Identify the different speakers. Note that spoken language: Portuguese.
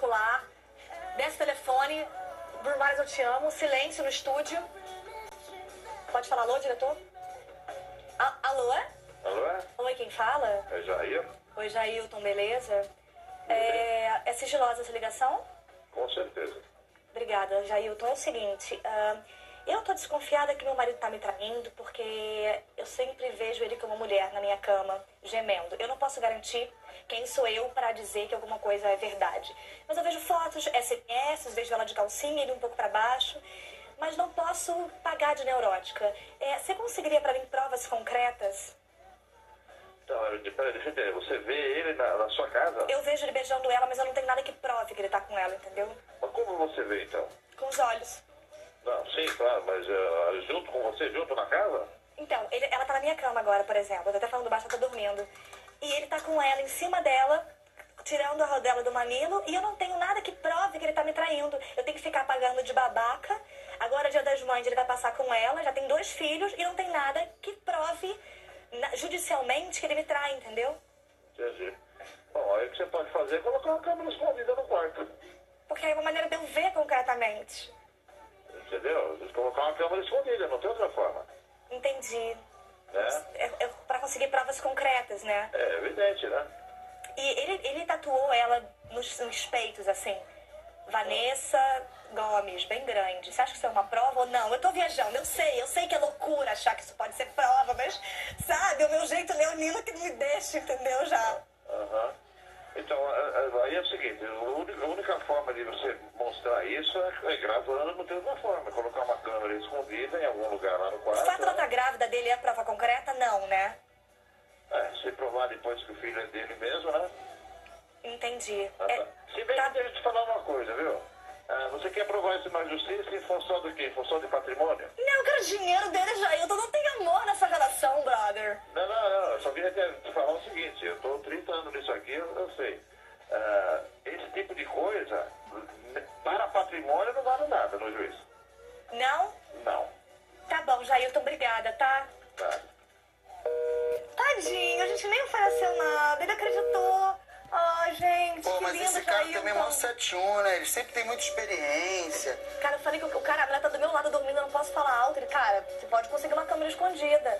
Speaker 1: um Desce o telefone. Bruno Mars, eu te amo. Silêncio no estúdio. Pode falar alô, diretor? A- alô? é?
Speaker 2: Alô?
Speaker 1: Oi, quem fala?
Speaker 2: É Jair?
Speaker 1: Oi, Jailton, beleza? É, é sigilosa essa ligação?
Speaker 2: Com certeza.
Speaker 1: Obrigada, Jailton. É o seguinte, ah, eu tô desconfiada que meu marido tá me traindo porque eu sempre vejo ele como mulher na minha cama, gemendo. Eu não posso garantir quem sou eu para dizer que alguma coisa é verdade. Mas eu vejo fotos, SMS, vejo ela de calcinha, ele um pouco para baixo. Mas não posso pagar de neurótica. É, você conseguiria para mim provas concretas?
Speaker 2: Então, eu- de- peraí, deixa eu entender. Você vê ele na, na sua casa?
Speaker 1: Eu vejo ele beijando ela, mas eu não tenho nada que prove que ele tá com ela, entendeu?
Speaker 2: Mas como você vê, então?
Speaker 1: Com os olhos.
Speaker 2: Não, sim, claro, mas eh, junto com você, junto na casa?
Speaker 1: Então, ele- ela tá na minha cama agora, por exemplo. Eu tô até falando baixo, ela tá dormindo. E ele tá com ela em cima dela, tirando a rodela do mamilo, e eu não tenho nada que prove que ele tá me traindo. Eu tenho que ficar pagando de babaca. Agora, é dia das mães, ele vai passar com ela, já tem dois filhos, e não tem nada que prove na- judicialmente que ele me trai, entendeu?
Speaker 2: Entendi. Bom, aí o que você pode fazer é colocar uma câmera escondida no quarto.
Speaker 1: Porque aí é uma maneira de eu ver concretamente.
Speaker 2: Entendeu? Colocar uma câmera escondida, não tem outra forma.
Speaker 1: Entendi.
Speaker 2: Né?
Speaker 1: É, é pra conseguir provas concretas, né?
Speaker 2: É evidente, né?
Speaker 1: E ele, ele tatuou ela nos, nos peitos, assim. Vanessa Gomes, bem grande. Você acha que isso é uma prova ou não? Eu tô viajando, eu sei, eu sei que é loucura achar que isso pode ser prova, mas sabe, é o meu jeito leonino que não me deixa, entendeu? Já.
Speaker 2: Aham. Então, a- a- aí é o seguinte, a única, a única forma de você mostrar isso é, é gravando, não tem outra forma. Colocar uma câmera escondida em algum lugar lá no
Speaker 1: O
Speaker 2: quarto.
Speaker 1: fato
Speaker 2: né?
Speaker 1: da grávida dele é prova concreta? Não, né?
Speaker 2: É, se provar depois que o filho é dele mesmo, né?
Speaker 1: Entendi.
Speaker 2: Ah, tá. Se bem
Speaker 1: tá-
Speaker 2: que deixa eu te falar uma coisa, viu? Ah, você quer provar isso na justiça em função do quê? Em função de patrimônio?
Speaker 1: Não, eu quero dinheiro dele, já. Eu não tenho amor nessa relação, brother.
Speaker 2: Não, não, não. Eu só queria te te falar o seguinte. Eu tô 30 anos nisso aqui, eu, eu sei. Ah, esse tipo de coisa, n- para patrimônio, não vale nada no juiz.
Speaker 1: Não?
Speaker 2: Não.
Speaker 1: Tá bom, Jailton, obrigada, tá?
Speaker 2: Tá.
Speaker 1: Tadinho, a gente nem ofereceu nada, ele acreditou. Ai, gente,
Speaker 3: Pô,
Speaker 1: que tá
Speaker 3: mas
Speaker 1: lindo
Speaker 3: esse cara
Speaker 1: Jailton.
Speaker 3: também é mó setune, né? Ele sempre tem muita experiência.
Speaker 1: Cara, eu falei que o o cara, a mulher tá do meu lado dormindo, eu não posso falar alto. Ele, cara, você pode conseguir uma câmera escondida.